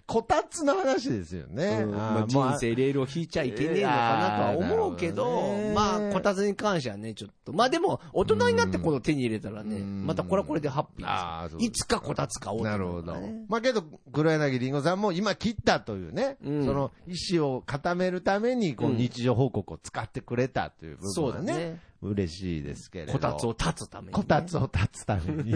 Speaker 2: こたつの話ですよね。
Speaker 1: うんま
Speaker 2: あ
Speaker 1: あ
Speaker 2: ー
Speaker 1: 人。生レールを引いちゃいけねえのかなとは思うけ
Speaker 2: いやーなる
Speaker 1: ど
Speaker 2: ほどね、
Speaker 1: まあ、こたつに関してはね、ちょっと。まあでも、大人になってこの手に入れたらね、
Speaker 2: うん
Speaker 1: またこれはこれでハッピーです
Speaker 2: あーそうです
Speaker 1: いつかこたつ買おうと
Speaker 2: なる
Speaker 1: 思
Speaker 2: ほ
Speaker 1: うから
Speaker 2: ど
Speaker 1: ね。。
Speaker 2: まあけど、黒柳りんごさんも今切ったというね、
Speaker 1: うん
Speaker 2: その意思を固めるために、この日常報告を使ってくれたという部分
Speaker 1: そう
Speaker 2: は
Speaker 1: だ
Speaker 2: ね、
Speaker 1: ね。
Speaker 2: 嬉しいですけれど。
Speaker 1: こたつを立つためにね。
Speaker 2: こたつを立つために、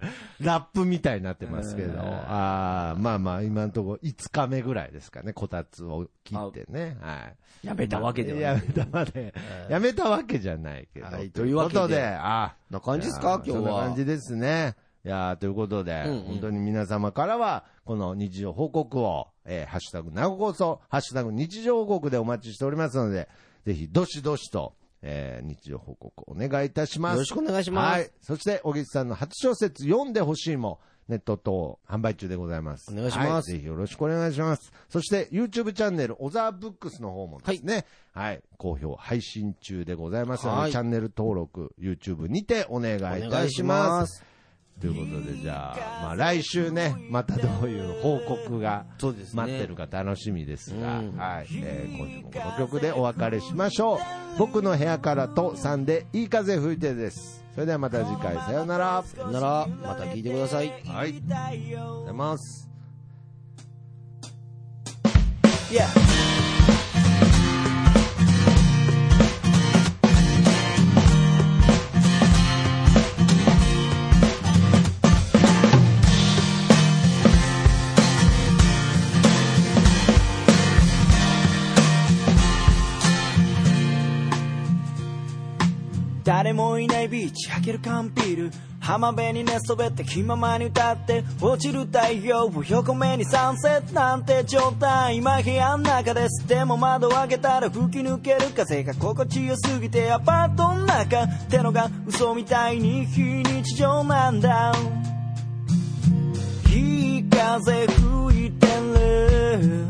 Speaker 2: ラップみたいになってますけど、
Speaker 1: うん
Speaker 2: あーまあまあ、今のところ5日目ぐらいですかね、こたつを切ってね。はい。
Speaker 1: やめたわけでは
Speaker 2: や
Speaker 1: な
Speaker 2: め
Speaker 1: い。
Speaker 2: たまで、やめたわけじゃないけど。
Speaker 1: はい
Speaker 2: ということ
Speaker 1: というわけで
Speaker 2: で、あ
Speaker 1: な感じですか
Speaker 2: い
Speaker 1: 今
Speaker 2: やそん
Speaker 1: 日
Speaker 2: な
Speaker 1: は
Speaker 2: 感。じですね。いやーということで、
Speaker 1: うんうん
Speaker 2: 本当に皆様からは、この日常報告を、えーハッシュタグ、なごこそ、ハッシュタグ、日常報告でお待ちしておりますので、ぜひ、どしどしと、えー日常報告お願いいたします。
Speaker 1: よろしくお願いします
Speaker 2: はい。そして、小木さんの初小説、読んでほしいも、ネット等、販売中でございます。
Speaker 1: お願いします
Speaker 2: はいぜひよろしくお願いします。そして、YouTube チャンネル、小沢ブックスの方もですね、はい、好評配信中でございますので、
Speaker 1: はい
Speaker 2: チャンネル登録、YouTube にてお願い
Speaker 1: お
Speaker 2: いた
Speaker 1: 願い
Speaker 2: し
Speaker 1: し
Speaker 2: ま
Speaker 1: ますす。。
Speaker 2: ということで、じゃあ、まあ来週ね、またどういう報告が
Speaker 1: そうですね
Speaker 2: 待ってるか楽しみですが、
Speaker 1: うん
Speaker 2: はい、えー今週もこの曲でお別れしましょう。僕の部屋からと3でいい風吹いてです。それではまた次回、さようなら。さよ
Speaker 1: なら、また聞いてください。
Speaker 2: はい。ありがとうございます。
Speaker 1: Yeah.
Speaker 3: 「誰もいないビーチ開ける缶ビール浜辺に寝そべって気ままに歌って落ちる太陽を横目にサンセットなんて状態今部屋の中ですでも窓を開けたら吹き抜ける風が心地よすぎてアパートの中ってのが嘘みたいに非日常なんだいい風吹いてる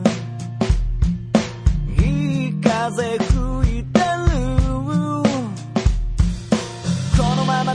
Speaker 3: いい風吹いてるこのまま